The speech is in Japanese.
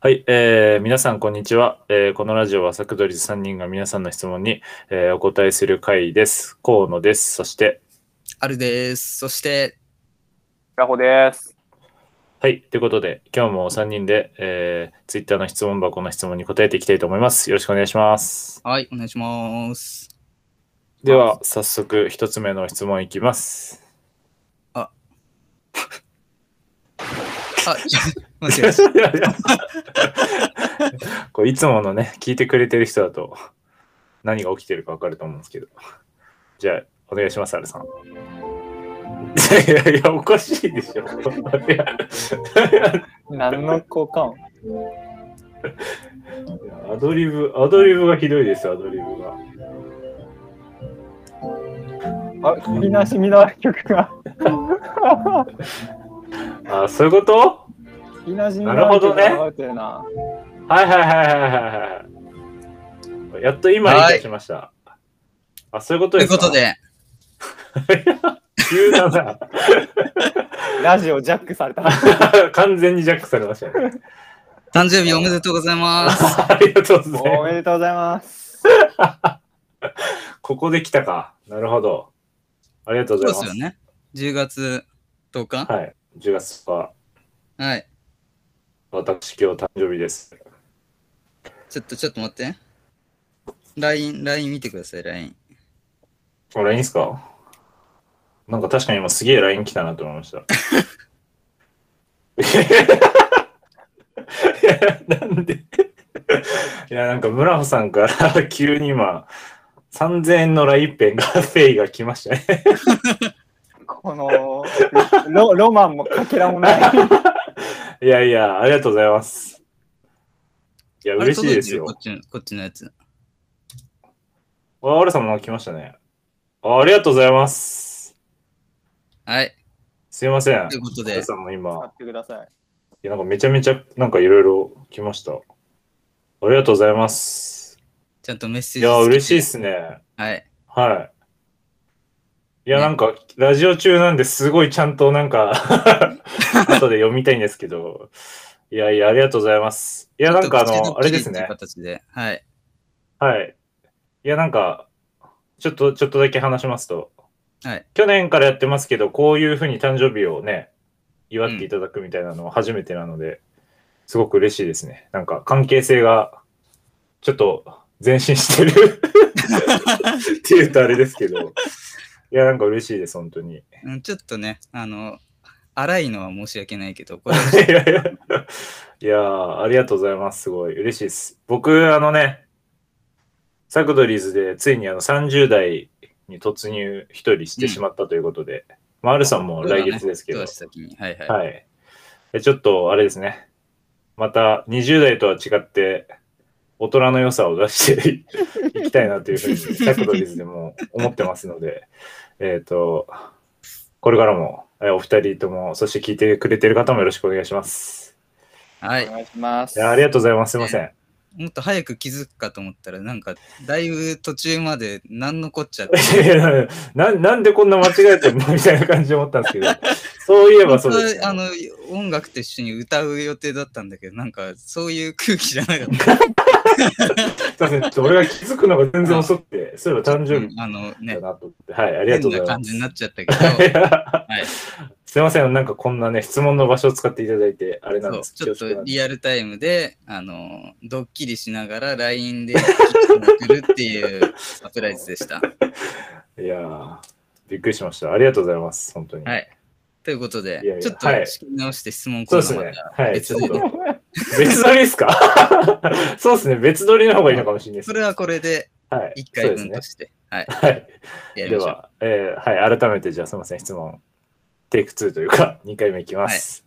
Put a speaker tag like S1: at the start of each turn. S1: はい、えー皆さん、こんにちは、えーこのラジオはサクドリズ3人が皆さんの質問に、えーお答えする回です。河野です。そして、
S2: あるです。そして、
S3: ラホです。
S1: はい、ということで、今日も3人で、えー、Twitter の質問箱の質問に答えていきたいと思います。よろしくお願いします。
S2: はい、お願いします。
S1: では、早速、1つ目の質問いきます。
S2: あ、間違えまし
S1: こういつものね、聞いてくれてる人だと、何が起きてるか分かると思うんですけど。じゃあ、お願いします、アルさん。いやいやいや、おかしいでしょ。いや
S3: 何の効果音
S1: いやアドリブ、アドリブがひどいです、アドリブが。
S3: あ、 聞きなしみな曲 が。
S1: あー、そういうこと
S3: 聞きなしみ
S1: なるほどね
S3: ってるな。
S1: はいはいはいはいはいはい。やっと今理解しました。あ、そういうこと
S2: た。とい
S1: で
S2: う
S1: すか
S2: こと。で、
S1: 急だな。
S3: ラジオジャッ クされた。
S1: 完全にジャックされましたね。
S2: 誕生日おめでとうございます。
S1: ありがとうござい
S3: お
S1: ます。
S3: めでとうございます。
S1: ここで来たか。なるほど。ありがとう
S2: そう
S1: ござ
S2: で
S1: いますす。
S2: よね。10月10日。
S1: はい。10月は
S2: はい。
S1: 私今日誕生日です。
S2: ちょっと、ちょっと待って。LINE、LINE 見てください、LINE。
S1: これ LINE ですかなんか確かに今すげえ LINE 来たなと思いました。 いや、なんでいや、なんか村穂さんから急に今、3000円のラインペンが、フェイが来ましたね。
S3: この ロロマンもかけらも ない。
S1: いやいや、ありがとうございます。いや、
S2: あれ
S1: 嬉しいですよ
S2: 届。てるこっちの、こっちのやつ。
S1: あ、あるさんもなんか来ましたね。あありがとうございます。
S2: はい。
S1: すいません。あ
S2: ということ
S1: る
S2: で、
S1: さんも今
S3: 買、ってください。
S1: いや、なんかめちゃめちゃ、なんかいろいろ来ました。ありがとうございます。
S2: ちゃんとメッセ
S1: い
S2: ージ。。
S1: や、嬉しいですすね。
S2: はい。
S1: はい。いや、
S2: ね
S1: なんか、ラジオ中なんですごいちゃんとなん か、後で読みたいんですけど、いやいや、ありがとうございます。いや、なんかあ
S2: ちょっと口
S1: の、あれです
S2: ド
S1: ね
S2: ッキリっていう。形で。はい。
S1: はい。いや、なんか、ちょっと、ちょっとだけ話しますと、
S2: はい
S1: 去年からやってますけど、こういうふうに誕生日をね、祝っていただくみたいなのは初めてなので、すごく嬉しいですね。なんか、関係性が、ちょっと、前進して るっていうとあれですけど、いや、なんか嬉しいです、本当に。い
S2: うん、ちょっとね、あの、荒いのは申し訳ないけど、これは
S1: やいや、いやーありがとうございます。すごい、嬉しいです。僕、あのね、サクドリーズでついにあの30代に突入一人してしまったということで、まあ、あるさんも来月ですけど、
S2: 一足先に。はいはい。
S1: はい。えちょっと、あれですね。また、20代とは違って、大人の良さを出して いいきたいなというふうに、サクドリズでも思ってますので、えっと、これからも、えお二人とも、そして聞いてくれてる方もよろしくお願いします。
S2: はい
S3: お願いします。
S1: いやありがとうございます。すいません。
S2: もっと早く気づくかと思ったら、なんか、だいぶ途中まで何のこっ ちゃって。
S1: いやななんでこんな間違えてんのみたいな感じで思ったんですけど、そういえばそうです、
S2: 本当はあの音楽と一緒に歌う予定だったんだけど、なんかそういう空気じゃなかった。
S1: すいません。ちょっと俺が気づくのが全然遅くて、そういえ ば誕生
S2: う
S1: 日
S2: んあのね
S1: だ、なと思って、はい、ありがと
S2: 変
S1: うござま
S2: ない
S1: す
S2: 感。じになっちゃった けど、い
S1: すいません、なんかこんなね、質問の場所を使っていただいて、あれ なん
S2: そう
S1: です
S2: ちょっ
S1: 恐縮な
S2: と
S1: んで
S2: リアルタイムで、あの、ドッキリしながら LINE で送るっていうサプライズ でした。
S1: すいやー、びっくりしました。ありがとうございます、本当に。
S2: はいということで、
S1: いやいや
S2: ちょっ
S1: はい
S2: と仕切り直して質問コ
S1: そうです
S2: ーナーま
S1: ね
S2: た。
S1: はい。ち
S2: 別
S1: ょっ
S2: でね
S1: と別撮りですか そうですね、別撮りの方がいいのかもしれないです
S2: そ。れはこれで
S1: はい。
S2: 1
S1: そ
S2: 回
S1: うです
S2: 分
S1: ね
S2: と。して、はい、
S1: はい。
S2: やり
S1: で
S2: ましょう。
S1: は、えーはい、改めて、じゃあすいません、質問、テイク2というか、2回目いきます。